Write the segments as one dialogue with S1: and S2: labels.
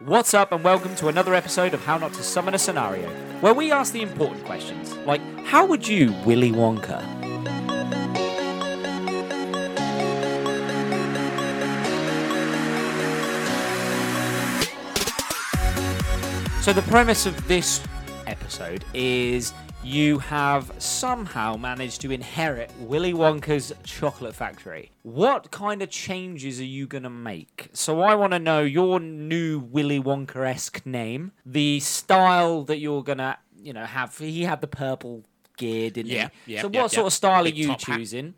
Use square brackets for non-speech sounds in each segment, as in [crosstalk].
S1: What's up, and welcome to another episode of How Not to Summon a Scenario, where we ask the important questions, like how would you Willy Wonka? So, the premise of this episode is you have somehow managed to inherit Willy Wonka's chocolate factory. What kind of changes are you going to make? So, I want to know your new Willy Wonka esque name, the style that you're going to, you know, have. He had the purple gear, didn't
S2: Yeah,
S1: he?
S2: yeah,
S1: so,
S2: yeah,
S1: what sort
S2: yeah.
S1: of style
S2: Big
S1: are you
S2: top hat.
S1: choosing?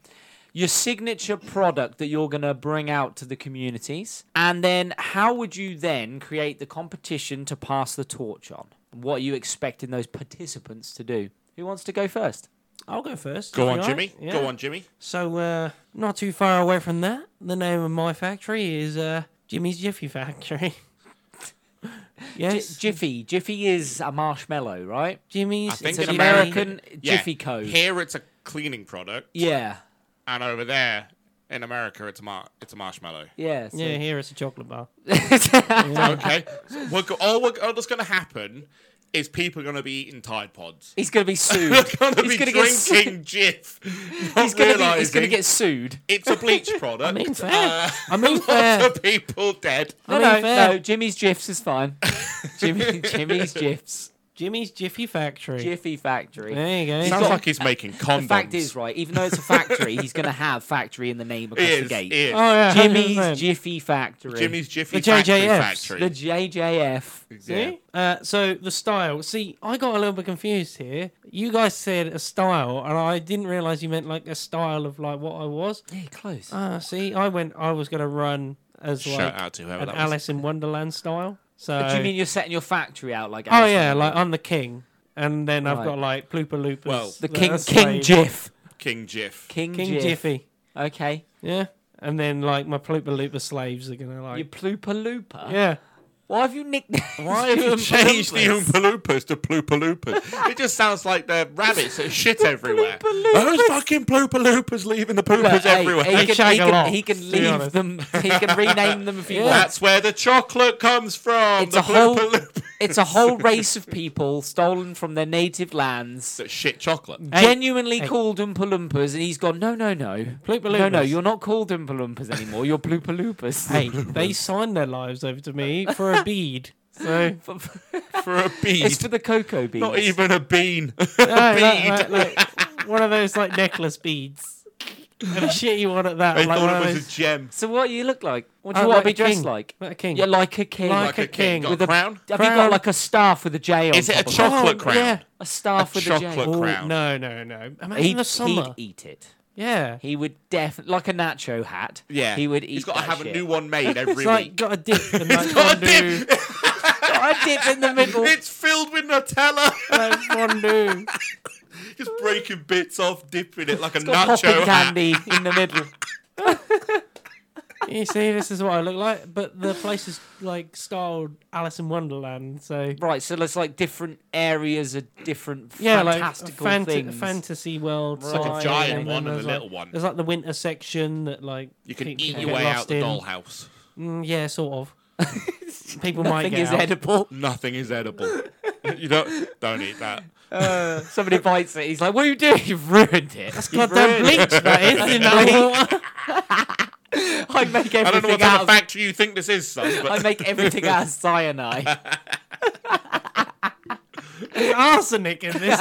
S1: Your signature product that you're going to bring out to the communities, and then how would you then create the competition to pass the torch on? What are you expecting those participants to do? Who wants to go first?
S3: I'll go first.
S2: Go
S3: if
S2: on,
S3: you like.
S2: Jimmy.
S3: Yeah.
S2: Go on, Jimmy.
S3: So, uh, not too far away from that, the name of my factory is uh, Jimmy's Jiffy Factory. [laughs]
S1: J-
S3: yes,
S1: Jiffy. Jiffy is a marshmallow, right?
S3: Jimmy's.
S2: I think
S3: it's
S1: an
S2: in
S3: Jiffy.
S1: American
S2: Yeah.
S1: Jiffy Code.
S2: Here it's a cleaning product,
S1: Yeah,
S2: and over there in America it's a mar- it's a marshmallow.
S1: yeah. so-
S3: Yeah, here it's a
S2: [laughs]
S3: chocolate bar.
S2: Okay, so we're go- all, we're, all that's going to happen is people are going to be eating Tide Pods.
S1: He's gonna be sued.
S2: They're [laughs] going to
S1: he's
S2: be
S1: gonna get su-
S2: drinking Jif. Not
S1: he's gonna be, he's gonna
S2: realising
S1: get sued.
S2: it's
S1: [laughs]
S2: a bleach product.
S3: I mean, fair.
S2: Uh, [laughs]
S3: I mean,
S2: lots
S3: fair.
S2: of people dead.
S1: No,
S3: I mean,
S1: no,
S3: fair.
S1: no. Jimmy's Jiffs is fine. Jimmy, Jimmy's Jiffs.
S3: Jimmy's Jiffy Factory.
S1: Jiffy Factory.
S3: There you go.
S2: Sounds
S1: got-
S2: like he's making condoms.
S1: The fact is, right, even though it's a factory, he's going to have factory in the name
S2: [laughs] He
S1: across
S2: is,
S1: the gate.
S2: he is.
S3: oh yeah,
S1: Jimmy's
S3: 100%.
S1: Jiffy Factory.
S2: Jimmy's Jiffy
S3: The
S2: Factory
S3: JJFs.
S2: Factory.
S1: The JJF.
S2: Yeah.
S3: See? Uh, so the style. See, I got a little bit confused here. You guys said a style, and I didn't realize you meant like a style of like what I was.
S1: Yeah, close.
S3: Ah, see, I went. I was gonna run as
S2: Shout
S3: like
S2: out to whoever
S3: an
S2: that was.
S3: Alice in Wonderland style. So.
S1: Do you mean you're setting your factory out like?
S3: oh
S1: Alice in
S3: yeah, like
S1: Wonderland?
S3: I'm the king, and then I've
S1: Right.
S3: got like Plooper Loopers.
S2: Well,
S1: the
S3: that
S1: King
S3: are
S1: King
S3: slave-
S1: Jiff.
S2: King Jiff.
S1: King,
S3: King
S1: Jiff.
S3: Jiffy.
S1: Okay.
S3: Yeah, and then like my Plooper Looper slaves are gonna like.
S1: You plooper looper.
S3: yeah.
S1: Why have you nicknamed?
S3: [laughs]
S2: Why have you changed the Oompa Loompas to Ploopa Loompas? it just sounds like they're rabbits that shit everywhere. Those fucking Ploopa Loompas leaving the poopers
S1: Look, hey,
S2: everywhere.
S1: He
S3: They
S1: can,
S3: shag
S1: he
S3: a
S1: can,
S3: lot,
S1: he can
S3: to be
S1: leave
S3: honest.
S1: them. He can rename them
S3: [laughs]
S1: if he wants.
S2: That's where the chocolate comes from.
S1: It's
S2: the
S1: a whole-
S2: Ploopa Loompas.
S1: It's a whole race of people stolen from their native lands,
S2: That shit chocolate.
S3: Hey,
S1: genuinely
S3: hey.
S1: called Oompa Loompas, and he's gone, no, no, no.
S3: Ploopa
S1: No, no,
S3: Loompas.
S1: you're not called Oompa Loompas anymore. You're Blooper Loopers.
S3: Hey, they signed their lives over to me for a bead. So
S1: [laughs] For-
S2: [laughs]
S1: for-
S2: For a bead.
S1: it's for the cocoa beans.
S2: Not even a bean. [laughs] a
S3: No, like-
S2: bead.
S3: like- like, one of those like necklace beads. And a shitty one at that.
S2: I
S3: like, one
S2: thought
S3: of
S2: it was a
S3: those-
S2: gem.
S1: So what do you look like? What do you
S3: Oh,
S1: want
S3: like
S1: to be
S3: a
S1: dressed
S3: king.
S1: like?
S3: like a king.
S1: Yeah, like a king.
S3: Like
S2: Like a
S3: a
S2: king.
S3: king.
S2: Got
S3: With
S2: a
S1: a-
S2: crown?
S1: Have you got
S3: crown.
S1: like a staff with a J on
S2: Is it a
S1: top of
S2: chocolate
S3: Oh,
S2: crown?
S3: yeah.
S1: A staff with a J.
S2: chocolate
S3: Ooh,
S2: crown.
S3: no, no, no. Imagine
S1: He'd,
S3: the summer.
S1: he'd eat it.
S3: yeah.
S1: He would definitely like a nacho hat.
S2: Yeah.
S1: he would eat.
S2: He's got to
S1: that
S2: have
S1: shit.
S2: a new one made every
S3: It's
S2: [laughs]
S3: like
S2: week.
S3: got a dip. And, like,
S2: got a
S3: one new-
S1: I dip in the middle.
S2: It's filled with Nutella.
S3: [laughs]
S2: [laughs]
S3: like, one new.
S2: Just breaking bits off, dipping it like a
S1: It's got
S2: nacho
S1: popping
S2: hat.
S1: candy in the middle.
S3: You see, this is what I look like. But the place is like styled Alice in Wonderland. So
S1: Right, so there's like different areas of different
S3: yeah, like a
S1: fantastical
S3: fant-
S1: things.
S3: fantasy world.
S2: It's like a
S3: side,
S2: giant
S3: then
S2: one and a
S3: there's, like-
S2: little one.
S3: There's like the winter section that like
S2: You can
S3: people
S2: eat
S3: get
S2: your way
S3: lost
S2: out the
S3: in.
S2: dollhouse.
S3: Mm, yeah, sort of.
S1: [laughs]
S3: People might
S1: Nothing
S3: get
S1: is
S3: out.
S1: edible.
S2: Nothing is edible. you don't don't eat that.
S1: [laughs] Somebody bites it. He's like, "What are you doing? [laughs] You've ruined it." That's
S3: Goddamn bleach that is in that water.
S1: [laughs] I make
S2: I don't know what
S1: everything
S2: type
S1: out. Of,
S2: of factory you think this is, son.
S1: I
S2: But
S1: make everything out of cyanide.
S3: There's arsenic in
S1: [laughs]
S3: this.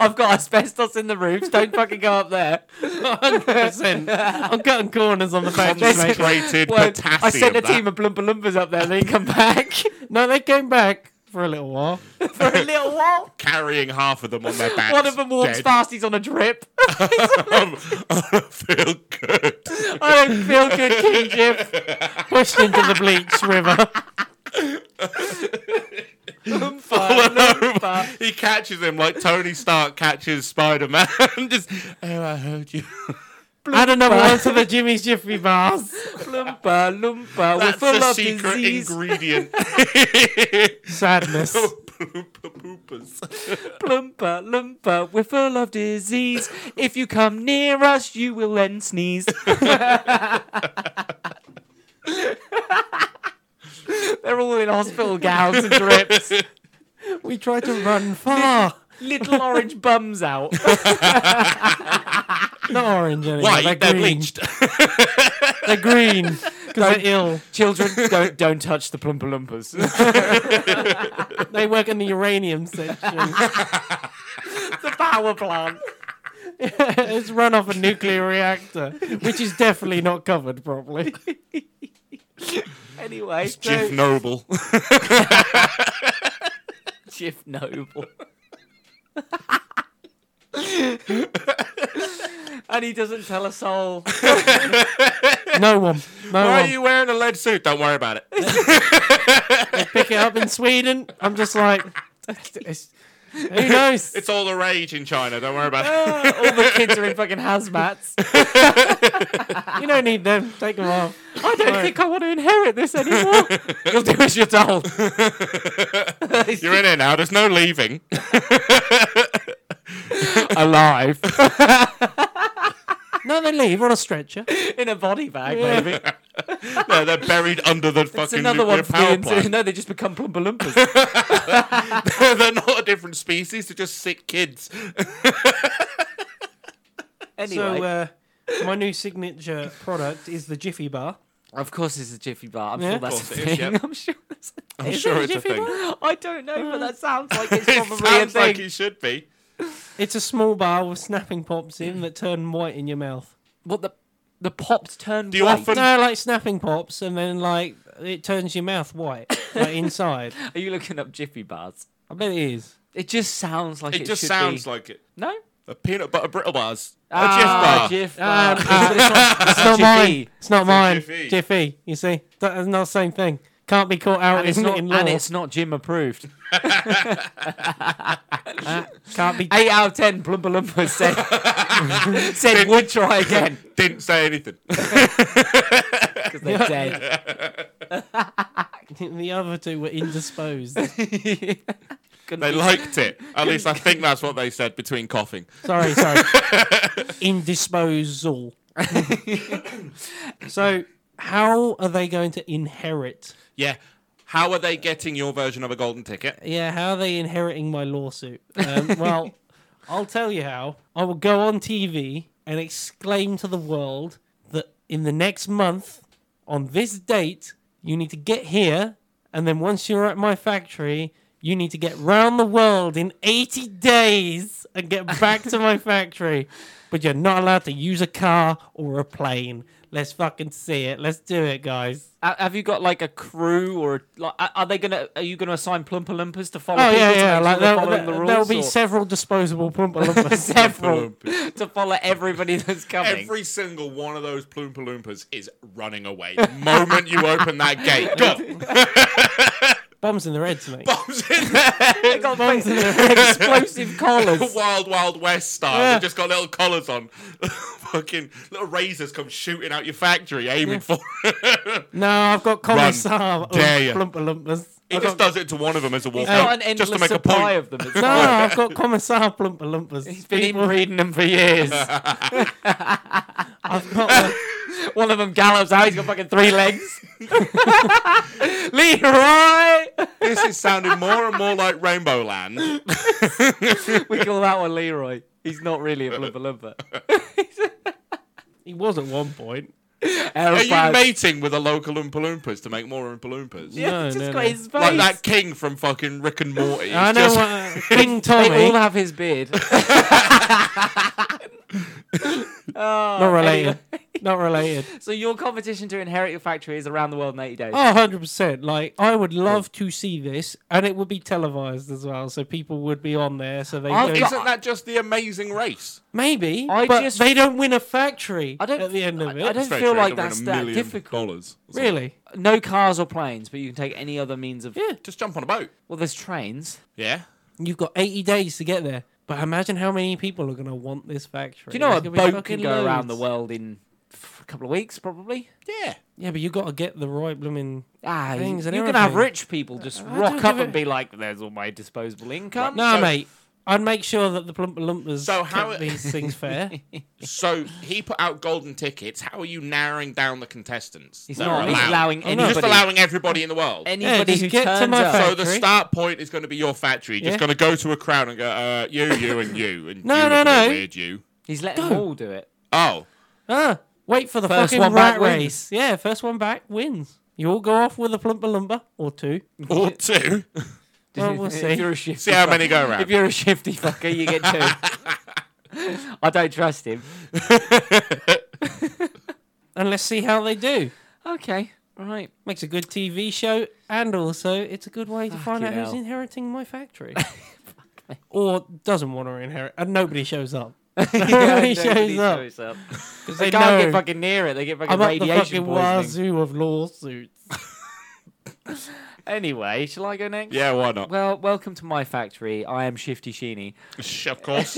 S1: I've got asbestos in the roofs. Don't fucking go up there. [laughs]
S3: 100%. I'm cutting corners on the factory.
S2: [laughs] concentrated
S1: Well,
S2: potassium.
S1: I sent a
S2: that.
S1: team of Bloompa Loompas up there. They come back [laughs]
S3: no, they came back for a little while.
S1: for
S2: [laughs]
S1: a little while.
S2: carrying half of them on their backs.
S1: One of them walks
S2: dead.
S1: fast. He's on a drip.
S2: [laughs]
S1: [laughs]
S2: I don't feel good.
S1: I don't feel good, King
S2: [laughs]
S1: Jim.
S3: Pushed into the
S1: [laughs]
S3: bleach river.
S1: Loompa.
S2: He catches him like Tony Stark catches Spider Man. [laughs] Just oh, I heard you.
S3: Add another one
S1: [laughs]
S3: to the Jimmy's Jiffy bars.
S1: Loompa, Loompa. We're
S2: That's
S1: full
S2: the
S1: of
S2: secret
S1: disease.
S2: ingredient.
S1: [laughs]
S2: [laughs]
S3: Sadness.
S2: Ploopa poopers.
S1: Plumper, lumper, we're full of disease. If you come near us, you will then [laughs] sneeze. They're all in hospital gowns and drips.
S3: We try to run
S2: [laughs]
S3: far.
S1: [laughs] Little orange bums out. [laughs]
S3: Not orange anymore.
S2: Why?
S3: they're,
S2: They're
S3: green.
S1: [laughs]
S2: bleached.
S3: They're green
S2: [laughs]
S3: because they're ill.
S1: Children, don't don't touch the Plumpa [laughs] Lumpas.
S3: They work in the uranium section. [laughs]
S1: the power plant.
S3: it's run off a nuclear reactor, which is definitely not covered properly.
S1: Anyway, so,
S2: Jif
S1: [laughs]
S2: Noble.
S1: Jif Noble. and he doesn't tell a soul.
S3: No one. No
S2: Why are
S3: one.
S2: you wearing a lead suit? Don't worry about it.
S3: Pick it up in Sweden. I'm just like, it's-
S2: [laughs]
S3: who knows? [laughs]
S2: It's all the rage in China. Don't worry about it.
S1: [laughs] all the kids are in fucking hazmats.
S3: You don't need them. Take them off.
S1: I don't think I want to inherit this anymore. You'll do as you're [laughs] told.
S2: You're in it now. There's no leaving.
S1: [laughs] Alive.
S3: No, they leave on a stretcher.
S1: in a body bag,
S3: Yeah.
S1: maybe. It's
S2: No, they're buried
S1: [laughs]
S2: under the fucking
S1: another
S2: nuclear
S1: one for the
S2: power
S1: ins-
S2: plant.
S1: [laughs] No, they just become Plumpa Lumpas.
S2: [laughs] they're not a different species. They're just sick kids.
S1: anyway,
S3: So, uh, my new signature product is the Jiffy Bar.
S1: of course it's a Jiffy Bar. I'm
S3: Yeah.
S1: sure
S3: Of
S1: that's
S2: course
S1: a
S2: it is,
S1: thing.
S2: yeah.
S1: I'm sure that's a
S2: I'm
S1: Is
S2: sure
S1: it
S2: it's a
S1: Jiffy
S2: thing.
S1: Bar? I don't know, but that sounds like it's
S2: [laughs] It
S1: probably a
S2: sounds
S1: thing.
S2: like it should be.
S3: It's a small bar with snapping pops in that turn white in your mouth.
S1: What the the pops turn
S2: Do you
S1: white?
S2: often?
S3: No, like snapping pops, and then like it turns your mouth white, like
S1: [laughs]
S3: inside.
S1: Are you looking up Jiffy Bars?
S3: I bet it is.
S1: It just sounds like it,
S2: It, just
S1: should
S2: sounds
S1: be.
S2: like it.
S1: no.
S2: A peanut butter brittle bars.
S1: Ah,
S2: a Jif
S1: Jif Bar. it's
S3: ah. It's not mine. It's not mine.
S2: Jiffy.
S3: Jiffy. You see, That- that's not the same thing. Can't be caught out
S1: And it's
S3: in,
S1: not,
S3: in law.
S1: and it's not Jim approved. [laughs]
S3: Can't be.
S1: Eight out of ten, Plumpa Lumpa
S2: [laughs]
S1: said, said would try again
S2: bar. Didn't say anything.
S1: because they're
S2: [laughs]
S1: dead.
S3: [laughs] the other two were indisposed.
S2: They liked it. At least I think that's what they said between coughing.
S3: sorry, sorry.
S1: [laughs]
S3: Indisposal. [laughs] so, how are they going to inherit?
S2: Yeah. How are they getting your version of a golden ticket?
S3: Yeah, how are they inheriting my lawsuit?
S1: [laughs]
S3: Um, well, I'll tell you how. I will go on TV and exclaim to the world that in the next month, on this date, you need to get here. And then once you're at my factory, you need to get round the world in 80 days and get back
S1: [laughs]
S3: to my factory. But you're not allowed to use a car or a plane. Let's fucking see it. Let's do it, guys.
S1: Ha- Have you got like a crew or like? a- Are they gonna? Are you gonna assign Plumpa Lumpas to follow?
S3: Oh,
S1: people
S3: yeah,
S1: to
S3: yeah.
S1: make
S3: Like,
S1: sure they're
S3: there,
S1: following the
S3: there-
S1: rules.
S3: there'll be
S1: or- [laughs]
S3: several disposable Plumpa [laughs] Lumpas.
S1: several [laughs]
S2: Olympus.
S1: to follow everybody that's coming.
S2: Every single one of those Plumpa Loompas is running away. The moment you open
S1: [laughs]
S2: that gate, go.
S3: Bombs in the Reds, mate.
S2: Bombs [laughs] in there.
S1: They got big explosive
S2: [laughs]
S1: collars.
S2: Wild Wild West style.
S3: Yeah.
S2: They've just got little collars on. [laughs] Fucking little razors come shooting out your factory aiming for
S3: no, I've got Commissar
S2: Dare you.
S3: Plumpa Lumpas.
S2: He just does it to one of them as a walk
S1: He's got an
S2: out,
S1: endless
S2: just to make a
S1: supply
S2: point.
S1: of [laughs] them. It's
S3: No,
S1: fine.
S3: I've got Commissar Plumpa Lumpas.
S1: He's been inbreeding them for [laughs] years.
S3: I've got the,
S1: One of them gallops out. He's got fucking three legs. [laughs] Leroy.
S2: This is sounding more and more like
S1: [laughs]
S2: Rainbow Land.
S1: We call that one Leroy. He's not really a blubber
S3: he was at one [laughs] point.
S2: Are you mating with the local Oompa Loompas to make more Oompa Loompas?
S1: Yeah,
S3: No,
S1: just
S3: no,
S1: got
S3: no.
S1: his face.
S2: Like [laughs] that king from fucking Rick and Morty. He's
S3: I know
S2: just-
S3: what uh,
S1: [laughs]
S3: King
S1: They all
S3: Tommy.
S1: have his beard.
S3: Not related. Not related.
S1: [laughs] So your competition to inherit your factory is around the world in 80 days.
S3: Oh, 100%. Like, I would love to see this, and it would be televised as well, so people would be on there. So they
S1: I've
S3: don't-
S1: got-
S2: [laughs] Isn't that just the amazing race?
S3: maybe,
S1: I
S3: but
S1: just-
S3: they don't win a factory
S1: I don't-
S3: at the end of
S1: I-
S3: it.
S1: I don't
S2: Straight
S1: feel
S2: trade,
S1: like
S2: they'll win
S1: that's
S2: a
S1: that
S2: million
S1: difficult.
S2: Dollars or something.
S3: really?
S1: No cars or planes, but you can take any other means of.
S3: Yeah.
S2: Just jump on a boat.
S1: Well, there's trains.
S2: Yeah.
S3: You've got 80 days to get there. But imagine how many people are going to want this factory.
S1: Do you know
S3: There's
S1: a
S3: gonna be
S1: boat
S3: fucking
S1: can go around the
S3: loads.
S1: world in f- a couple of weeks, probably?
S2: Yeah.
S3: Yeah, but you got to get the right blooming.
S1: Ah, you,
S3: Things and
S1: you can have
S3: everything.
S1: rich people just
S3: I don't
S1: rock up
S3: give
S1: and
S3: a-
S1: be like, "There's all my disposable income."
S3: No,
S2: So-
S3: mate. I'd make sure that the Plumper Lumpers
S2: So
S3: so
S2: how- [laughs]
S3: these things fair.
S2: So he put out golden tickets. How are you narrowing down the contestants?
S1: He's
S2: that
S1: not.
S2: are
S1: He's
S2: allowed?
S1: allowing
S3: I'm
S2: You're
S1: anybody.
S2: just allowing everybody in the world.
S1: Anybody
S3: just
S1: who
S3: get to
S1: turns
S3: my
S1: up.
S3: fa-
S2: So the
S3: Factory.
S2: start point is going to be your factory. Just
S3: Yeah.
S2: going to go to a crowd and go, uh, you, you, and you, and
S3: No,
S2: you
S3: no,
S2: look a bit
S3: no.
S2: weird, you.
S1: He's letting them all do it.
S2: Oh,
S3: ah, wait for the
S1: First
S3: fucking
S1: one back
S3: rat
S1: wins.
S3: race. Yeah, first one back wins. You all go off with a Plumper Lumber
S1: [laughs]
S3: or two.
S2: or two.
S3: Well, we'll see.
S1: if you're a shifty
S2: See how many
S1: fucker-
S2: go round.
S1: If you're a shifty fucker, you get two. [laughs] I don't trust him.
S3: And let's see how they do.
S1: Okay,
S3: [laughs]
S1: right. [laughs]
S3: Makes a good TV show, and also it's a good way to find out
S1: Fucking
S3: who's
S1: hell.
S3: inheriting
S1: [laughs]
S3: my factory. or doesn't want to inherit, and nobody shows up.
S1: Nobody
S3: Nobody shows up.
S1: shows up.
S3: 'Cause
S1: They
S3: they
S1: can't get
S3: know
S1: fucking near it. They get fucking
S3: I'm at the
S1: radiation
S3: fucking
S1: poisoning.
S3: wazoo of lawsuits.
S1: Anyway, shall I go next?
S2: Yeah, why not?
S1: Well, welcome to my factory. I am Shifty Sheeny.
S2: Sh- Of course.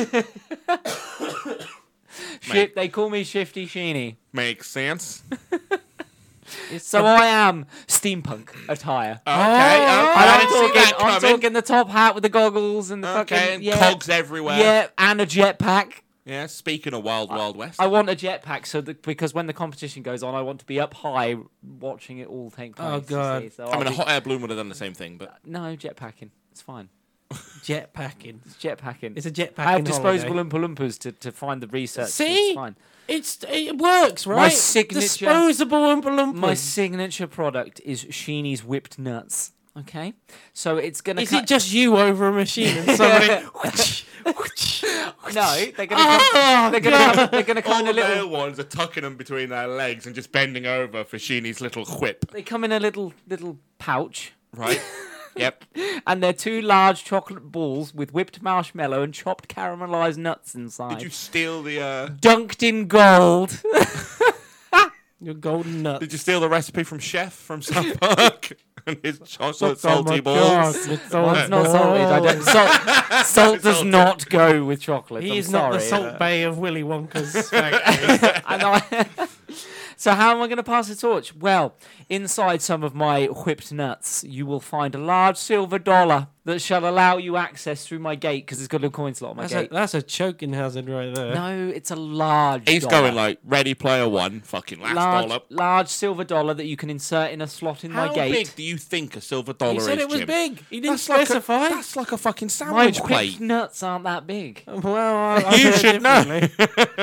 S1: Shif- they call me Shifty Sheeny.
S2: Makes sense. Okay.
S1: So I am steampunk attire.
S2: uh, I
S1: I'm
S2: didn't see
S1: talking,
S2: that
S1: I'm
S2: coming.
S1: talking the top hat with the goggles and the
S2: Okay,
S1: fucking
S2: and
S1: yeah,
S2: cogs everywhere.
S1: yeah, and a jetpack.
S2: Yeah, speaking of Wild Wild West.
S1: I want a jetpack so that because when the competition goes on, I want to be up high watching it all take place.
S3: Oh,
S1: you see.
S3: God.
S1: So
S2: I
S1: I'll
S2: mean, a
S1: be-
S2: hot air balloon would have done the same thing, [laughs] but
S1: no jetpacking. It's fine.
S3: Jetpacking.
S1: It's jetpacking.
S3: It's a jetpack.
S1: I have disposable Oompa Loompas to, to find the research.
S3: See?
S1: It's fine.
S3: It's it works, right?
S1: signature-
S3: disposable Oompa
S1: My
S3: Loompas.
S1: signature product is Sheenie's whipped nuts. Okay, so it's gonna.
S3: Is
S1: cut-
S3: it just you over a
S2: [laughs]
S3: machine and somebody?
S1: no? They're gonna.
S3: [laughs] Oh,
S1: come,
S3: Ah!
S1: they're gonna. Come, they're gonna come
S2: all
S1: in
S2: the
S1: a little.
S2: male ones are tucking them between their legs and just bending over for Sheenie's little whip.
S1: They come in a little little pouch.
S2: [laughs] Right? yep.
S1: And they're two large chocolate balls with whipped marshmallow and chopped caramelized nuts inside.
S2: Did you steal the? Uh,
S1: Dunked in gold.
S3: Your golden
S2: did
S3: nuts.
S2: you steal the recipe from Chef from South [laughs] Park and his chocolate salty
S3: Oh God,
S2: balls?
S3: with
S1: Well,
S3: those
S1: it's Oh, not salted. I don't,
S3: balls.
S1: salt, salt does
S2: Salted.
S1: not go with chocolate.
S3: Oh. He
S1: I'm
S3: is not the
S1: sorry.
S3: Salt Bay of Willy
S2: [laughs]
S3: Wonka's factory.
S1: And I- [laughs] so how am I going to pass the torch? Well, inside some of my whipped nuts, you will find a large silver dollar that shall allow you access through my gate because it's got a little coin slot on my
S3: that's, a,
S1: gate.
S3: that's a choking hazard right there.
S1: No, it's a large.
S2: He's
S1: dollar.
S2: going like Ready Player One, fucking last
S1: large,
S2: dollar.
S1: large silver dollar that you can insert in a slot in
S2: How
S1: my
S2: big
S1: gate.
S2: do you think a silver dollar
S3: He
S2: is?
S3: said it was
S2: Jim?
S3: big. He didn't
S2: That's like, a,
S3: specify.
S2: that's like a fucking
S1: My
S2: sandwich plate.
S1: whipped nuts aren't that big.
S3: well, I, I
S2: You
S3: said
S2: should know.
S3: differently.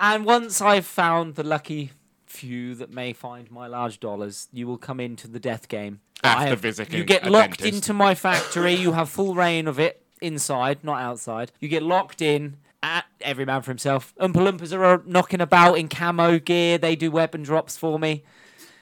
S1: And once I've found the lucky few that may find my large dollars, you will come into the death game.
S2: After
S1: I have-
S2: visiting
S1: you get
S2: a
S1: locked
S2: dentist.
S1: into my factory. you have full reign of it inside, not outside. You get locked in. At every man for himself. Oompa Loompas are uh, knocking about in camo gear. They do weapon drops for me.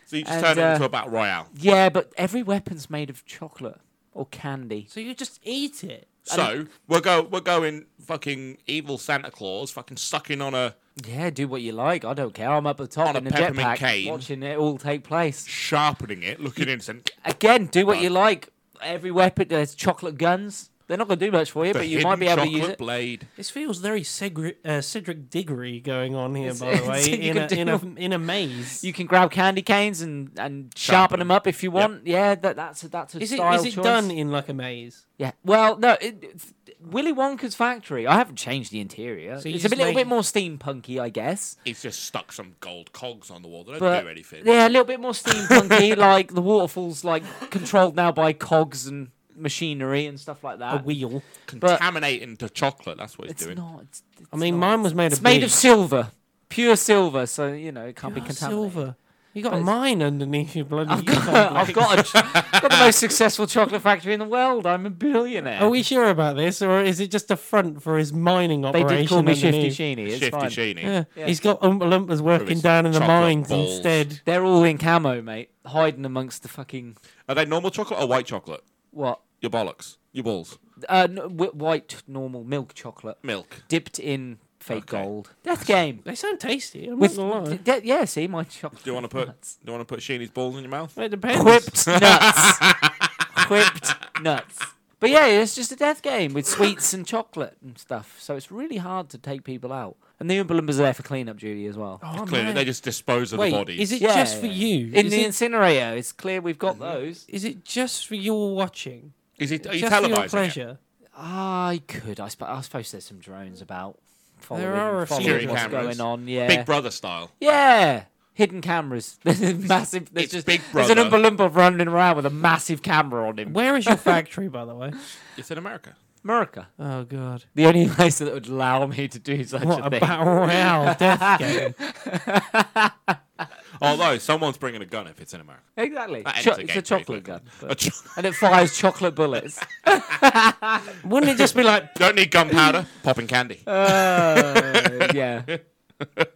S2: So you just
S1: And,
S2: turn it
S1: uh,
S2: into a battle royale.
S1: Yeah, but every weapon's made of chocolate or candy.
S3: so you just eat it.
S2: So we'll go. We're going fucking evil Santa Claus, fucking sucking on a
S1: Yeah, do what you like. I don't care. I'm up the top
S2: On a
S1: in a
S2: peppermint
S1: jetpack
S2: cane.
S1: watching it all take place.
S2: sharpening it, looking innocent.
S1: again, do what you like. Every weapon, there's chocolate guns. They're not going to do much for you,
S2: The
S1: [laughs] but you might
S2: hidden
S1: be able to
S2: chocolate
S1: use it.
S2: blade.
S3: This feels very Cedric, uh, Cedric Diggory going on here,
S1: It's- [laughs]
S3: by the way,
S1: it's- you
S3: in
S1: can
S3: a, in, a,
S1: do-
S3: in a maze.
S1: You can grab candy canes and, and
S2: Sharpen
S1: sharpen
S2: them.
S1: them up if you want. Yeah, that, that's a, that's a
S3: is it,
S1: style
S3: is it
S1: choice.
S3: done in like a maze?
S1: Yeah. Well, no. It, it's- Willy Wonka's factory. I haven't changed the interior.
S3: So you
S1: it's a
S3: just
S1: bit, little
S3: make-
S1: bit more steampunky, I guess.
S2: He's just stuck some gold cogs on the wall. They don't
S1: But
S2: do anything.
S1: yeah, a little bit more steampunky. [laughs] like the waterfall's like controlled now by cogs and machinery and stuff like
S3: A
S1: that.
S3: wheel?
S1: but-
S2: Contaminating to chocolate. That's what he's
S1: it's
S2: doing.
S1: not. It's, it's
S3: I mean,
S1: not.
S3: mine was made
S1: It's
S3: of
S1: made of
S3: beads.
S1: silver, pure silver. So you know it can't be
S3: Ah,
S1: contaminated.
S3: silver. You got a
S1: But it's-
S3: mine underneath your bloody.
S1: I've got,
S3: uniform,
S1: [laughs] I've
S3: Blake.
S1: got, a, ch- got the most successful chocolate factory in the world. I'm a billionaire.
S3: [laughs] Are Oh, we sure about this, or is it just a front for his mining
S1: they
S3: operation?
S1: did call me Shifty
S3: underneath?
S1: Sheeny. It's
S2: Shifty
S1: fine.
S2: Sheeny.
S3: Yeah.
S1: Yeah.
S3: He's got Oompa Loompas working
S2: his
S3: down in the
S2: chocolate
S3: mines
S2: balls.
S3: instead.
S1: They're all in camo, mate, hiding amongst the fucking
S2: Are they normal chocolate or white chocolate?
S1: what?
S2: Your bollocks. Your balls.
S1: Uh, n- w- white normal milk chocolate
S2: Milk.
S1: dipped in fake
S2: Okay.
S1: gold. Death game.
S3: They sound tasty. I'm
S1: With
S3: not gonna lie.
S1: d- d- yeah, see my chocolate.
S2: Do you want to put? Do you want to put Sheenie's balls in your mouth?
S3: It depends.
S1: whipped
S3: [laughs]
S1: nuts? whipped nuts. But yeah, it's just a death game with sweets and chocolate and stuff. So it's really hard to take people out. And the Oompa Loompas are there for cleanup duty as well.
S3: Oh,
S2: Clearly,
S3: man.
S2: they just dispose of
S3: Wait,
S2: the bodies.
S3: is it
S1: Yeah,
S3: just for
S1: yeah.
S3: you?
S1: in
S3: is,
S1: the
S3: it,
S1: incinerator. It's clear we've got those.
S3: is it just for your watching?
S2: Is it? Are you
S3: just for your
S2: televising it?
S3: pleasure?
S1: I could. I, sp- I suppose there's some drones about. Following,
S3: are a few
S1: following what's
S2: cameras.
S1: going on. Yeah.
S2: Big Brother style.
S1: Yeah. Hidden cameras. [laughs] There's a massive. There's
S2: It's
S1: just
S2: Big
S1: there's an
S2: Brother.
S1: Oompa Loompa running around with a massive camera on him.
S3: Where is your factory, by the way?
S2: It's in America.
S1: America,
S3: [laughs] Oh God!
S1: the only [laughs] place that would allow me to do such
S3: What
S1: a
S3: a
S1: thing.
S3: [laughs] battle royale [laughs] death game!
S2: Although someone's bringing a gun if it's in America.
S1: Exactly.
S2: That ends
S1: Cho-
S2: the
S1: it's a
S2: game pretty
S1: chocolate gun,
S2: quickly. A cho-
S1: and it fires chocolate
S2: [laughs]
S1: bullets.
S3: Wouldn't it just be like
S2: Don't need gunpowder. [laughs] Popping candy.
S1: Uh,
S2: [laughs]
S1: yeah.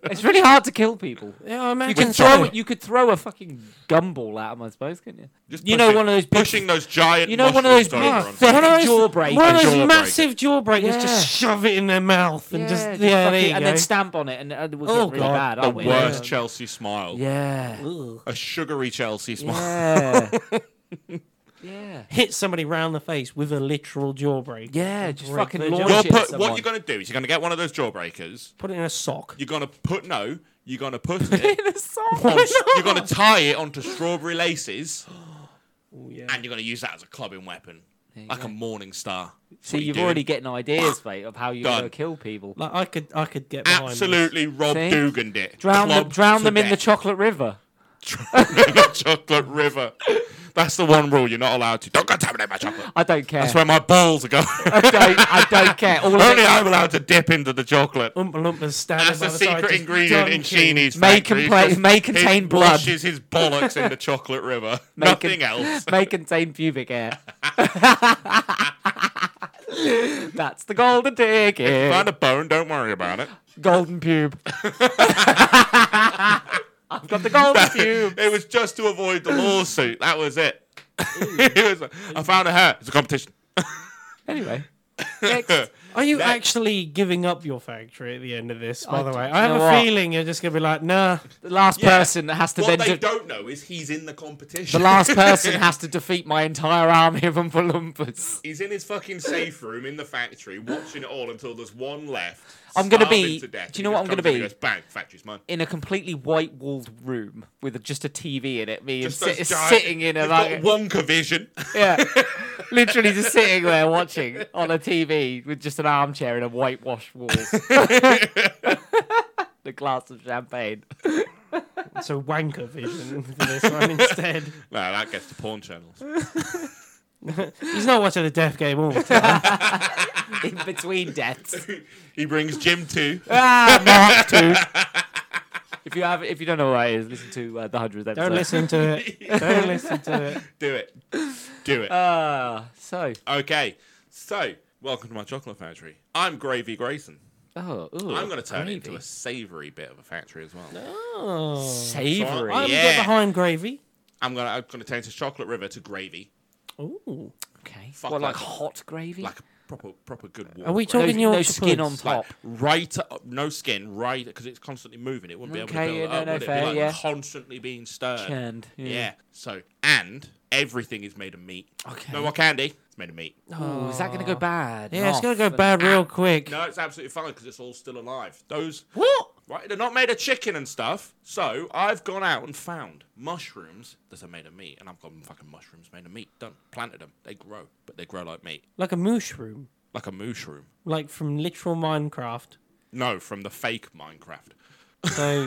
S1: It's really hard to kill people.
S3: yeah, I
S1: You
S3: imagine
S1: could throw
S3: so.
S1: it. You could throw a fucking gumball at them, I suppose, couldn't you?
S2: Just
S1: you know,
S2: pushing-
S1: one of those big-
S2: pushing those giant.
S1: You know, one of those
S2: mushrooms over
S1: big thick
S2: on-
S3: One of those-
S1: jawbreakers.
S3: One of those
S2: Jawbreaker.
S3: massive jawbreakers,
S1: Yeah.
S3: just shove it in their mouth and just
S1: just
S3: yeah,
S1: fucking-
S3: there you
S1: and
S3: go.
S1: then stamp on it, and uh, we'll
S3: Oh,
S1: get really
S3: God,
S1: bad,
S2: The
S1: aren't we?
S2: worst Chelsea smile.
S1: Yeah.
S2: [laughs] A sugary Chelsea smile. [laughs]
S1: Yeah. yeah.
S3: Hit somebody round the face with a literal jawbreaker.
S1: Yeah, just
S3: Break
S1: fucking
S3: their
S1: launch
S3: jaw.
S2: You'll
S1: Shit,
S2: put,
S1: someone.
S2: what
S1: [laughs]
S2: you're going to do is you're going to get one of those jawbreakers.
S3: Put it in a sock.
S2: You're going to put no. You're going
S1: [laughs]
S2: to put it.
S1: Someone-
S2: on, you're going to tie it onto strawberry laces,
S3: yeah.
S2: and you're going to use that as a clubbing weapon, like a morning star.
S1: [laughs] See,
S2: What you
S1: you've
S2: doing?
S1: already getting ideas, mate, of how you're
S2: Done.
S1: going to kill people.
S3: Like I could, I could get behind this.
S2: absolutely Rob
S1: See?
S2: Dugan did.
S1: Drown them,
S2: Clubbed
S1: drown
S2: to
S1: them in the
S2: death.
S1: chocolate river.
S2: [laughs] chocolate river. That's the one rule you're not allowed to. Don't contaminate my chocolate.
S1: I don't care.
S2: That's where my balls
S1: [laughs]
S2: are going. [laughs]
S1: I don't. I don't care. All of
S2: Only
S1: it-
S2: I'm allowed to dip into the chocolate.
S3: Oompa Loompas standing
S2: That's
S3: by
S2: the
S3: the side,
S2: secret
S3: just
S2: ingredient in
S3: dunking.
S2: Sheenie's
S1: May
S2: factory.
S1: compla-
S2: Just-
S1: may
S2: he
S1: contain blood.
S2: washes his bollocks in the chocolate river.
S1: [laughs] [laughs] May
S2: Nothing
S1: con-
S2: else.
S1: [laughs] may contain pubic
S2: [laughs]
S1: hair. That's the golden ticket.
S2: Find a bone. Don't worry about it.
S1: Golden
S2: [laughs]
S1: pube. I've got the golden
S2: [laughs]
S1: pube.
S2: It was just to avoid
S1: [clears throat]
S2: the lawsuit. That was it. [laughs] it was, I found a hair. It's a competition.
S1: Anyway,
S2: [laughs]
S1: next.
S3: Are you
S2: That-
S3: actually giving up your factory at the end of this? By
S1: I
S3: the
S1: d-
S3: way, I have
S1: know
S3: a
S1: what?
S3: feeling you're just gonna be like, nah.
S1: the last
S2: Yeah.
S1: person that has to then
S2: What they
S1: de-
S2: don't know is he's in the competition.
S1: the
S2: [laughs]
S1: last person has to defeat my entire army of Oompa Loompas.
S2: He's in his fucking safe room in the factory, watching it all until there's one left.
S1: I'm gonna
S2: starving
S1: be-
S2: to death,
S1: do you
S2: and
S1: know
S2: he
S1: what
S2: just
S1: I'm gonna
S2: comes in and
S1: be?
S2: Goes, Bang! Factory's mine.
S1: In a completely white-walled room with just a TV in it, me and
S2: Just those
S1: sit-
S2: giant-
S1: sitting in a
S2: They've
S1: like,
S2: got Wonka vision. [laughs]
S1: Yeah. [laughs] Literally just sitting there watching on a TV with just an armchair and a whitewashed
S3: [laughs]
S1: wall. the glass of champagne.
S3: So wanker vision for this one instead.
S2: no, that gets to porn channels.
S3: [laughs]
S2: [laughs]
S3: He's not watching a death game all the time.
S1: In between deaths.
S2: He brings Jim too.
S1: Ah, Mark too. If you have, if you don't know what it is, listen to uh, the hundredth episode.
S3: Don't listen to it. Don't listen to it.
S2: Do it. Do it.
S1: Ah, so
S2: okay. So, welcome to my chocolate factory. I'm Gravy Grayson.
S1: oh, ooh,
S2: I'm going to turn it into a
S1: gravy.
S2: savoury bit of a factory as well.
S3: [laughs] Oh.
S1: savory.
S3: I'm
S2: Yeah.
S3: get behind gravy.
S2: I'm going to I'm going to change this chocolate river to gravy,
S3: Ooh.
S1: Okay,
S2: Fuck
S1: what,
S2: that.
S1: like hot gravy?
S2: like a proper proper good. Warm
S3: Are we
S1: no,
S2: gravy.
S3: talking your
S1: no skin on
S3: octopus?
S1: top.
S2: right up, no skin right because it's constantly moving it wouldn't be
S1: Okay,
S2: able to build
S1: yeah, no,
S2: it up
S1: no,
S2: would it? It'd
S1: fair,
S2: be like
S1: yeah.
S2: constantly being stirred
S1: Churned,
S2: yeah.
S1: yeah.
S2: so and everything is made of meat
S1: Okay.
S2: no more candy it's made of meat
S1: Ooh, is that gonna go bad?
S3: Yeah, it's gonna go
S1: Off.
S3: bad real quick.
S2: no it's absolutely fine because it's all still alive those
S3: What?
S2: right they're not made of chicken and stuff so i've gone out and found mushrooms that are made of meat and i've got fucking mushrooms made of meat done planted them they grow but they grow like meat
S3: Like a mushroom,
S2: like a mushroom
S3: like from literal Minecraft.
S2: no from the fake minecraft
S3: So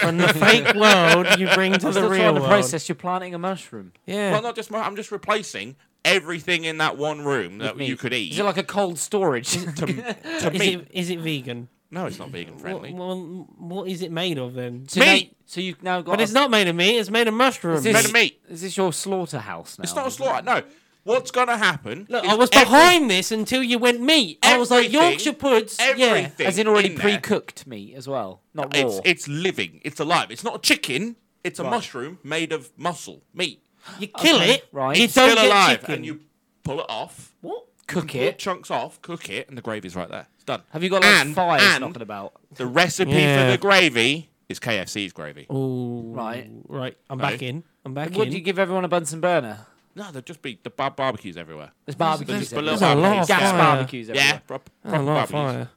S3: from [laughs] the fake world, you bring to the
S1: Still
S3: real
S1: trying to
S3: world.
S1: process. You're planting a mushroom.
S3: Yeah.
S2: Well, not just. My, I'm just replacing everything in that one room that you could eat.
S1: Is it like a cold storage? [laughs]
S2: to, to
S3: is
S2: meat.
S3: it is it vegan?
S2: No, it's not vegan friendly.
S3: Well, what is it made of then?
S1: So now-
S2: Meat!
S1: so you've now got.
S3: But
S1: a-
S3: it's not made of meat. It's made of mushrooms.
S1: Is
S2: Made
S1: this-
S2: of meat.
S1: Is this your slaughterhouse now?
S2: It's not a slaughter. No. What's gonna happen?
S3: Look,
S2: is
S3: I was
S2: every-
S3: behind this until you went meat. I was like
S2: everything-
S3: Yorkshire puds. Yeah.
S2: Everything.
S1: As in already
S2: there,
S1: pre-cooked meat as well, not raw.
S2: It's it's living. It's alive. It's not a chicken. It's a mushroom made of muscle meat.
S3: You kill
S1: Okay,
S3: it.
S1: right.
S3: You
S1: It's
S3: don't
S2: Still
S3: get
S2: alive,
S3: chicken.
S2: and you pull it off.
S3: What?
S1: Cook
S2: Pull
S1: it.
S2: chunks off, cook it, and the gravy's right there. It's done.
S1: Have you got like
S2: and,
S1: fires
S2: and
S1: knocking about?
S2: the recipe
S3: Yeah.
S2: for the gravy is KFC's gravy.
S3: Ooh.
S1: Right.
S3: Right. I'm back in. I'm back
S1: Would
S3: in.
S1: you give everyone a Bunsen burner?
S2: No, there'd just be the bar- barbecues everywhere.
S1: There's barbecues.
S2: There's a
S1: everywhere.
S2: lot of
S1: gas
S2: fire.
S1: barbecues.
S2: Yeah,
S1: Everywhere.
S2: prop-
S3: I
S2: proper
S3: love
S2: barbecues.
S3: fire.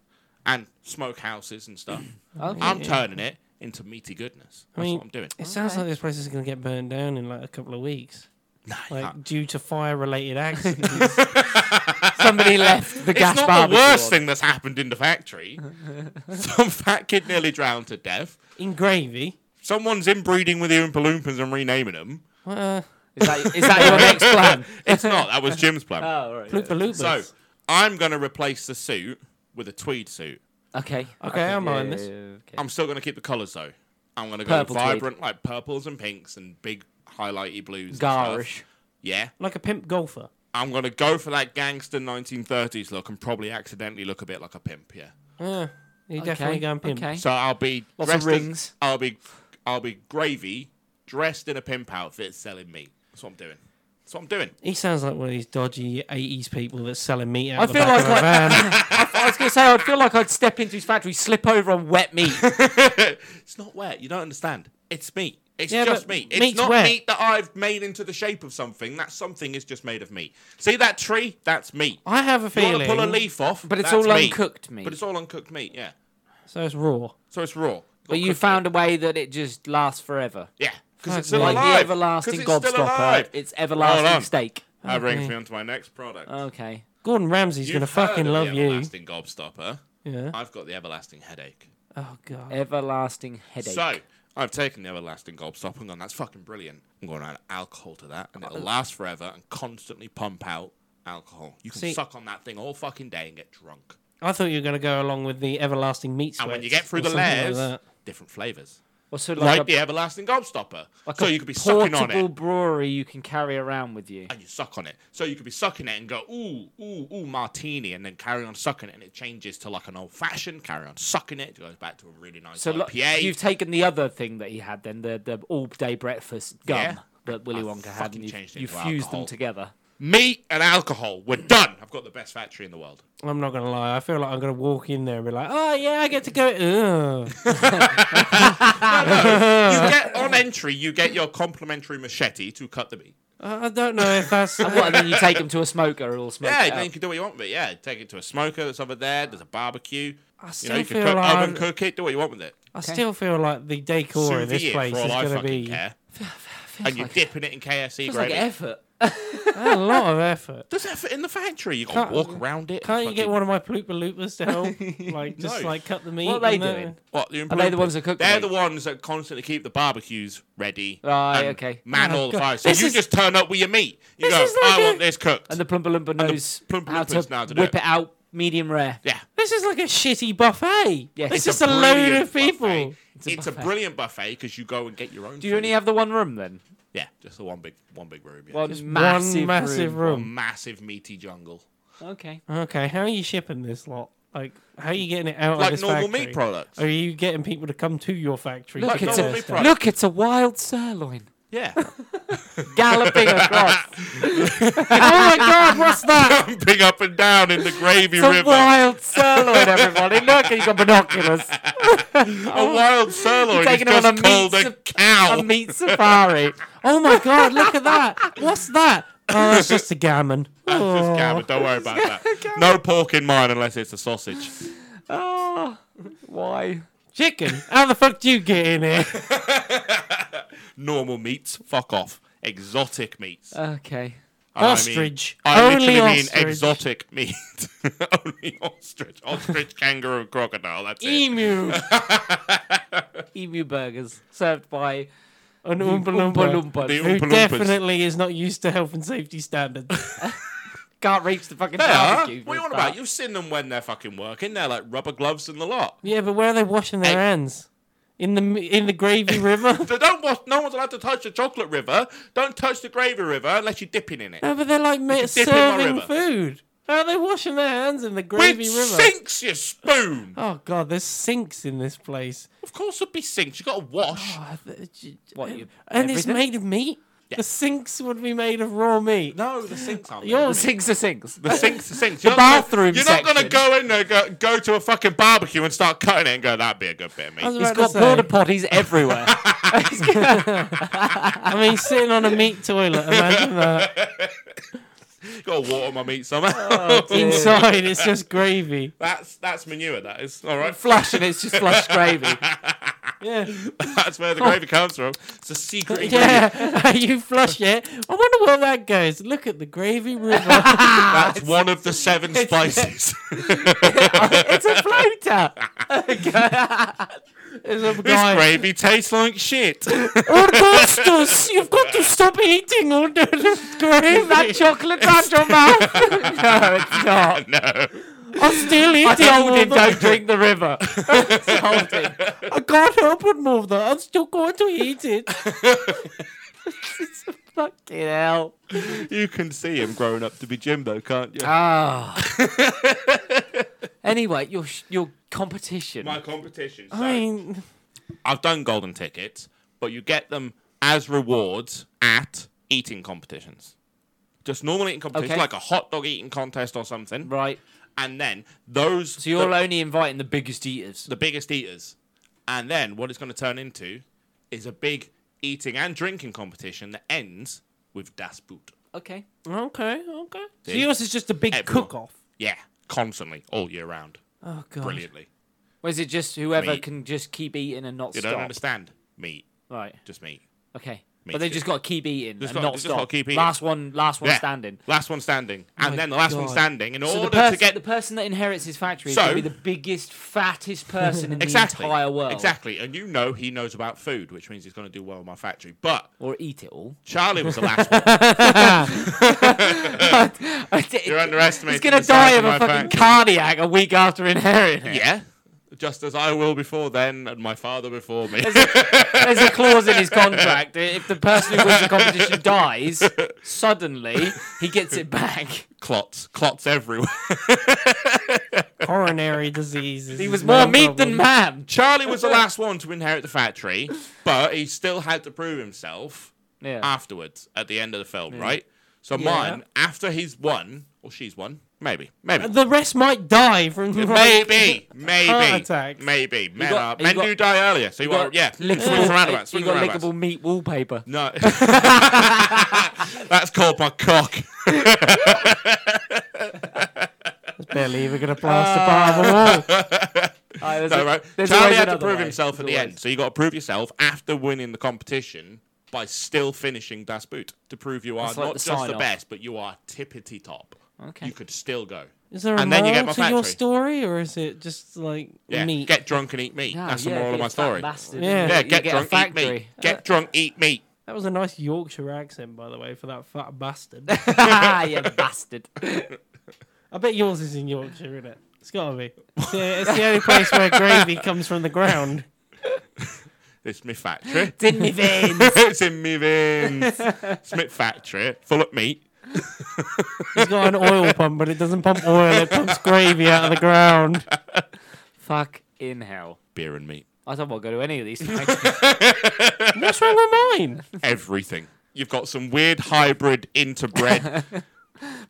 S2: and smokehouses and stuff.
S1: Okay.
S2: I'm turning it into meaty goodness. That's
S3: mean-
S2: what I'm doing.
S3: It sounds like this place is going to get burned down in like a couple of weeks,
S2: No,
S3: like
S2: no. [laughs]
S3: due to fire-related accidents.
S1: So somebody left the gas
S2: it's not the
S1: barbecue
S2: worst
S1: on.
S2: thing that's happened in
S1: [laughs]
S2: the factory. Some fat kid nearly drowned to death.
S3: in gravy.
S2: Someone's inbreeding with the Oompa Loompas and renaming them.
S3: Uh,
S1: Is that, is that your next
S2: [laughs]
S1: plan?
S2: It's not. That was Jim's plan.
S1: Oh, right.
S3: Loop
S2: so I'm going to replace the suit with a tweed suit.
S1: Okay.
S3: Okay, I'm
S1: yeah,
S3: on
S1: yeah,
S3: this.
S1: yeah, okay.
S2: I'm still going to keep the colours though. I'm going to go
S1: Purple tweed.
S2: vibrant, like purples and pinks and big highlighty blues. and stuff.
S1: Garish.
S2: Yeah.
S3: like a pimp golfer.
S2: I'm going to go for that gangster 1930s look and probably accidentally look a bit like a pimp. Yeah.
S3: Uh, you
S1: Okay,
S3: definitely going pimp.
S1: okay.
S2: So I'll be
S1: Lots of
S2: dressed in-
S1: rings.
S2: I'll be I'll be gravy, dressed in a pimp outfit, selling meat. That's what I'm doing. That's what I'm doing.
S3: He sounds like one of these dodgy '80s people that's selling meat out
S1: I
S3: the
S1: feel
S3: back
S1: like
S3: of a van.
S2: [laughs]
S1: I was going to say, I'd feel like I'd step into his factory, slip over on wet meat.
S2: It's not wet. You don't understand. It's meat. It's
S3: Yeah,
S2: just
S3: but
S2: meat. It's
S3: meat's
S2: not
S3: wet.
S2: meat that I've made into the shape of something. That something is just made of meat. See that tree? That's meat.
S3: I have a
S2: You want to
S3: feeling.
S2: pull a leaf off,
S1: But it's
S2: that's
S1: all
S2: meat.
S1: uncooked meat.
S2: But it's all uncooked meat. Yeah.
S3: So it's raw.
S2: So it's raw.
S1: [laughs] But you found a way that it just lasts forever.
S2: Yeah. Because it's
S3: Fuck
S2: still
S3: me.
S1: Like
S2: alive.
S1: the
S2: 'Cause
S1: everlasting
S2: it's still
S1: gobstopper.
S2: alive.
S1: It's Oh,
S2: Hold
S1: everlasting
S2: on.
S1: steak.
S2: That brings
S3: Okay.
S2: me on to my next product.
S1: Okay.
S3: Gordon Ramsay's gonna
S2: You've
S3: fucking
S2: heard of
S3: love
S2: the
S3: you.
S2: Everlasting gobstopper.
S3: Yeah.
S2: I've got the everlasting headache.
S3: Oh god.
S1: Eh. Everlasting headache.
S2: So I've taken the everlasting gobstopper and gone. That's fucking brilliant. I'm going to add alcohol to that, and it'll last forever and constantly pump out alcohol. You can
S3: See-
S2: suck on that thing all fucking day and get drunk.
S3: I thought you were gonna go along with the everlasting meat
S2: And
S3: sweats.
S2: when you get through
S3: or
S2: the
S3: something like
S2: layers,
S3: that.
S2: different flavors,
S1: What's sort of
S2: like,
S1: like,
S2: the
S1: a,
S2: everlasting gobstopper.
S1: like
S2: so
S1: a
S2: you could be sucking
S1: portable
S2: on it.
S1: brewery you can carry around with you.
S2: And you suck on it, so you could be sucking it and go ooh ooh ooh martini, and then carry on sucking it, and it changes to like an old fashioned. Carry on sucking it, it goes back to a really nice
S1: So lo-
S2: IPA.
S1: you've taken the other thing that he had then, the, the all day breakfast gum
S2: Yeah.
S1: that Willy
S2: I
S1: Wonka had,
S2: fucking
S1: and you,
S2: changed it
S1: you
S2: to
S1: fused
S2: alcohol.
S1: them together.
S2: Meat and alcohol, we're done. I've got the best factory in the world.
S3: I'm not gonna lie. I feel like I'm gonna walk in there and be like, "Oh yeah, I get to go." Ugh. Ah. [laughs]
S2: you get on entry, you get your complimentary machete to cut the meat.
S3: I I don't know if that's.
S1: What, and then you take them to a smoker, all smoke
S2: Yeah,
S1: it
S3: uh,
S2: then
S1: up.
S2: you can do what you want with it. Yeah, take it to a smoker that's over there. There's a barbecue.
S3: I
S2: You
S3: still
S2: know, you can
S3: feel
S2: cook,
S3: like
S2: oven cook it. Do what you want with it.
S3: I still feel like the decor
S2: Sous
S3: of this
S2: vide,
S3: place
S2: for
S3: is
S2: all I
S3: gonna
S2: fucking
S3: be
S2: care. And you're dipping it in KFC
S1: It's like
S2: gravy.
S1: effort.
S3: a lot
S2: [laughs]
S3: of effort.
S2: There's effort in the factory. You can
S3: Can't-
S2: walk around it.
S3: Can't you get
S2: fucking-
S3: one of my ploopa loopas to help? Like just
S2: No.
S3: like cut the meat.
S1: What are they
S3: and then-
S1: doing?
S2: What, the
S1: Are they
S2: Oompa
S1: the ones that
S2: Loompas?
S1: cook the
S2: They're
S1: meat?
S2: the ones that constantly keep the barbecues ready.
S1: Right,
S2: and
S1: okay.
S2: Man
S3: Oh,
S2: all the
S3: God.
S2: fire. So
S1: This
S2: you
S1: is-
S2: just turn up with your meat. You
S3: This
S2: go,
S3: is like
S2: I
S3: a-
S2: want this cooked.
S1: And the Plumper Lumper knows
S2: Plumper
S1: how
S2: Loompas
S1: to,
S2: know how to do
S1: whip
S2: it.
S1: it out medium rare.
S2: yeah.
S3: This is like a shitty buffet.
S1: Yeah,
S3: it's,
S1: it's
S3: just a, load
S2: brilliant
S3: of people.
S2: buffet. It's, a,
S1: buffet.
S2: brilliant buffet because you go and get your own.
S1: Do you only
S2: food.
S1: have the one room then?
S2: Yeah, just the one big, one big room. Yeah.
S1: One
S2: Just
S1: massive,
S3: One massive
S2: a
S3: room.
S2: massive meaty jungle,
S1: Okay.
S3: Okay, how are you shipping this lot? Like, how are you getting it out of
S2: like
S3: this
S2: normal
S3: factory?
S2: meat products.
S3: Are you getting people to come to your factory?
S1: Look,
S2: Like
S3: to
S1: it's
S3: get
S2: normal
S1: a,
S2: meat
S3: stuff?
S2: product.
S1: look, it's a wild sirloin [laughs]
S2: Yeah,
S1: galloping [laughs] across.
S3: oh my god, what's that?
S2: jumping up and down in the gravy
S1: It's a
S2: river.
S1: wild sirloin, everybody. Look, he's got binoculars.
S2: a wild sirloin is
S1: taking him
S2: just
S1: on a meat
S2: called a
S1: sup-
S2: cow.
S1: A meat safari.
S3: Oh my god, look at that. What's that? Oh, it's just a gammon.
S2: That's [laughs] just
S3: Oh.
S2: gammon. Don't worry about
S1: [laughs]
S2: that. No pork in mine unless it's a sausage. Ah,
S1: Oh, why?
S3: Chicken? How the fuck do you get
S2: [laughs]
S3: in here?
S2: Normal meats, fuck off. Exotic meats.
S1: Okay.
S2: And I mean-
S3: Ostrich.
S2: I
S3: Only
S2: literally
S3: ostrich.
S2: mean exotic meat. [laughs] Only ostrich. Ostrich, kangaroo, crocodile. That's it.
S3: Emu.
S1: Emu burgers served by
S3: An Oompa
S1: Oompa
S3: Loompa.
S1: Loompas.
S2: The
S3: Who
S2: Oompa Loompas.
S3: definitely is not used to health and
S2: [laughs]
S3: safety standards.
S1: Can't reach the fucking
S2: They are. What
S1: barbecue.
S2: are you on about? You've seen them when they're fucking working. They're like rubber gloves and the lot.
S3: yeah, but where are they washing their
S2: Hey.
S3: hands? In the in
S2: [laughs]
S3: the gravy river?
S2: They don't wash. No one's allowed to touch the chocolate river. Don't touch the gravy river unless you're dipping in it.
S3: No, but they're like ma-
S2: dip in my
S3: serving
S2: river.
S3: food. How are they washing their hands in the
S2: With
S3: gravy river?
S2: sinks, you spoon.
S3: Oh god, there's sinks in this place.
S2: Of course, there'd be sinks. You got to wash.
S3: Oh, th- j- j-
S1: What, you-
S3: and it's
S1: everything?
S3: made of meat. The sinks would be made of raw meat.
S2: No, the sinks aren't.
S3: You're-
S1: The sinks are sinks.
S2: [laughs] The sinks, the sinks. You're not gonna-
S1: bathroom
S2: You're not going to
S1: section.
S2: go in there, go, go to a fucking barbecue and start cutting it and go, that'd be a good bit of meat.
S3: I was
S1: He's
S3: about
S1: got
S3: to
S1: porta potties
S3: say,
S2: [laughs]
S1: everywhere. [laughs]
S3: I mean, sitting on a meat toilet. Imagine that.
S2: You've Gotta water my meat somehow.
S3: Inside, it's just gravy.
S2: that's that's manure. That is all right.
S1: Flush and it's just flush gravy. [laughs]
S3: Yeah.
S2: [laughs] That's where the gravy comes from. It's a secret ingredient.
S3: [laughs]
S1: [laughs]
S3: Yeah. [laughs] you flush it. I wonder where that goes. Look at the gravy river. [laughs]
S2: That's one
S1: [laughs]
S2: of the seven spices.
S3: it's a floater. [laughs] There's a
S2: this
S3: guy.
S2: gravy tastes like shit. [laughs]
S3: Augustus, you've got to stop eating all the gravy.
S1: [laughs] that
S3: [laughs]
S1: chocolate around your mouth? no, it's not.
S2: no.
S3: I'm still eating
S1: I told
S3: all
S1: him
S3: the-
S1: don't drink the [laughs] river. I told him.
S3: I can't help but move that. I'm still going to eat it.
S1: Fucking hell.
S2: You can see him growing up to be Jim, though, can't you?
S1: Ah. anyway, your sh- your competition.
S2: My competition. So
S3: I mean,
S2: I've done golden tickets, but you get them as rewards at eating competitions. Just normal eating competitions,
S1: Okay.
S2: like a hot dog eating contest or something.
S1: right.
S2: And then those.
S1: So you're
S2: the,
S1: only inviting the biggest eaters.
S2: the biggest eaters. And then what it's going to turn into is a big eating and drinking competition that ends with Das Boot.
S1: Okay.
S3: okay, okay. So
S2: See?
S3: yours is just a big
S2: Everyone.
S3: cook-off.
S2: Yeah, constantly, all year round.
S1: Oh god.
S2: Brilliantly.
S1: Or is it just whoever
S2: Meat.
S1: can just keep eating and not
S2: You
S1: stop?
S2: don't understand? Meat.
S1: Right.
S2: Just meat.
S1: Okay.
S2: Meat
S1: but they
S2: too.
S1: just got to keep eating
S2: Just
S1: and
S2: got-
S1: not
S2: just
S1: stop.
S2: gotta keep eating.
S1: Last one. Last one
S2: Yeah.
S1: standing.
S2: Last one standing. And
S1: My
S2: then the last one
S1: God.
S2: standing in
S1: So
S2: order
S1: the, person,
S2: to get.
S1: the person that inherits his factory is
S2: So-
S1: going to be the biggest, fattest person in
S2: [laughs] exactly.
S1: the entire world.
S2: Exactly. And you know he knows about food, which means he's going to do well in my factory. But
S1: Or eat it all.
S2: Charlie was the last one. [laughs]
S1: [laughs] [laughs]
S2: You're underestimating.
S1: He's going
S2: the
S1: to die
S2: size
S1: of a
S2: my
S1: fucking
S2: factory.
S1: cardiac a week after inheriting it.
S2: Yeah. Just as I will before then, and my father before me.
S1: There's a clause
S2: [laughs]
S1: in his contract. that If the person who wins the competition dies, suddenly he gets it back.
S2: clots, clots everywhere. [laughs]
S3: Coronary diseases.
S1: He
S3: is
S1: was
S3: my
S1: more meat than
S3: problem.
S1: man.
S2: Charlie was the last one to inherit the factory, but he still had to prove himself Ah,
S1: Yeah.
S2: afterwards at the end of the film, right? So mine, after he's won, or she's won, maybe,
S1: Uh,
S2: maybe.
S3: The rest might die from
S2: Maybe, maybe,
S3: Heart attacks.
S2: maybe. Men,
S1: got-
S2: are,
S1: you
S2: men
S1: got-
S2: do die earlier, so you, got, yeah. Swings
S1: lickable,
S2: around about,
S1: you
S2: swings
S1: got
S2: around about.
S1: lickable meat wallpaper.
S2: No. [laughs] That's called my cock.
S3: Barely even gonna plaster bar the wall.
S1: Ah, there's
S2: No,
S1: a-
S2: right.
S1: there's
S2: Charlie
S1: always
S2: had to
S1: another
S2: prove
S1: way.
S2: himself at
S1: There's
S2: the
S1: always-
S2: end, so you got to prove yourself after winning the competition by still finishing Das Boot to prove you are
S1: That's like
S2: not
S1: the
S2: just the
S1: sign-off.
S2: best, but you are tippity top.
S1: Okay.
S2: You could still go.
S3: [laughs] Is there a
S2: And then you get
S3: moral
S2: my
S3: to your
S2: factory.
S3: story, or is it just like
S2: Yeah,
S3: meat?
S2: get drunk and eat meat.
S1: No,
S2: That's
S1: yeah,
S2: the moral
S1: be
S2: of
S1: a
S2: my
S1: fat
S2: story.
S1: bastard.
S2: [laughs]
S3: Yeah.
S2: Yeah,
S1: You
S2: get
S1: a
S2: drunk, eat meat.
S1: factory. Uh.
S2: Get drunk, eat meat.
S3: That was a nice Yorkshire accent, by the way, for that fat bastard.
S2: [laughs]
S1: Ah, you bastard.
S3: I bet yours is in Yorkshire, isn't it? It's gotta be. It's the, it's the only place where gravy comes from the ground.
S2: It's me
S1: [laughs]
S2: factory. [laughs]
S1: It's in me veins.
S2: it's in
S1: [laughs]
S2: me veins. It's me factory full of meat.
S3: It's got an oil pump, but it doesn't pump oil. It pumps gravy out of the ground.
S1: Fuck in hell.
S2: Beer and meat.
S1: I don't want to go to any of these.
S2: [laughs]
S1: factories.
S3: What's wrong with mine?
S2: Everything. You've got some
S1: [laughs]
S2: weird hybrid interbred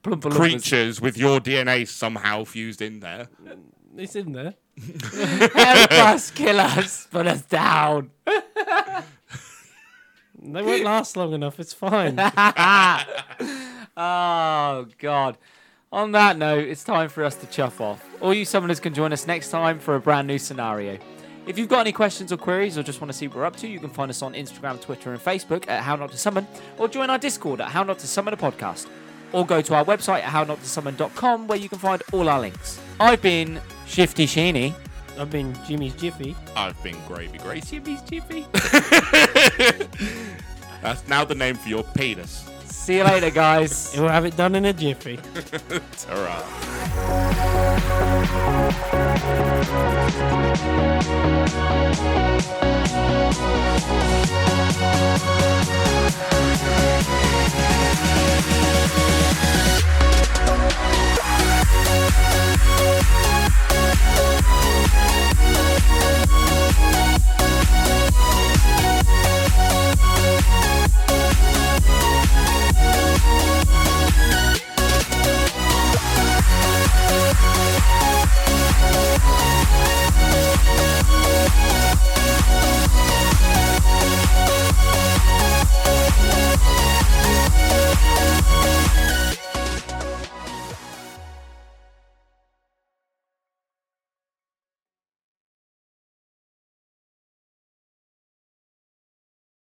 S1: Plumpa lumpas.
S2: creatures with your DNA somehow fused in there.
S3: It's in there.
S1: Help us, kill us, put us down.
S3: They won't last long enough. It's fine.
S1: Oh, God. On that note, it's time for us to chuff off. All you summoners can join us next time for a brand new scenario. If you've got any questions or queries or just want to see what we're up to, you can find us on Instagram, Twitter, and Facebook at How Not to Summon, or join our Discord at How Not to Summon a Podcast, or go to our website at hownotosummon.com where you can find all our links. I've been Shifty Sheeny.
S3: I've been Jimmy's Jiffy.
S2: I've been Gravy Gracie.
S1: Jimmy's Jiffy.
S2: That's now the name for your penis.
S1: [laughs] See you later, guys.
S3: It will have it done in a jiffy.
S2: Ta-ra.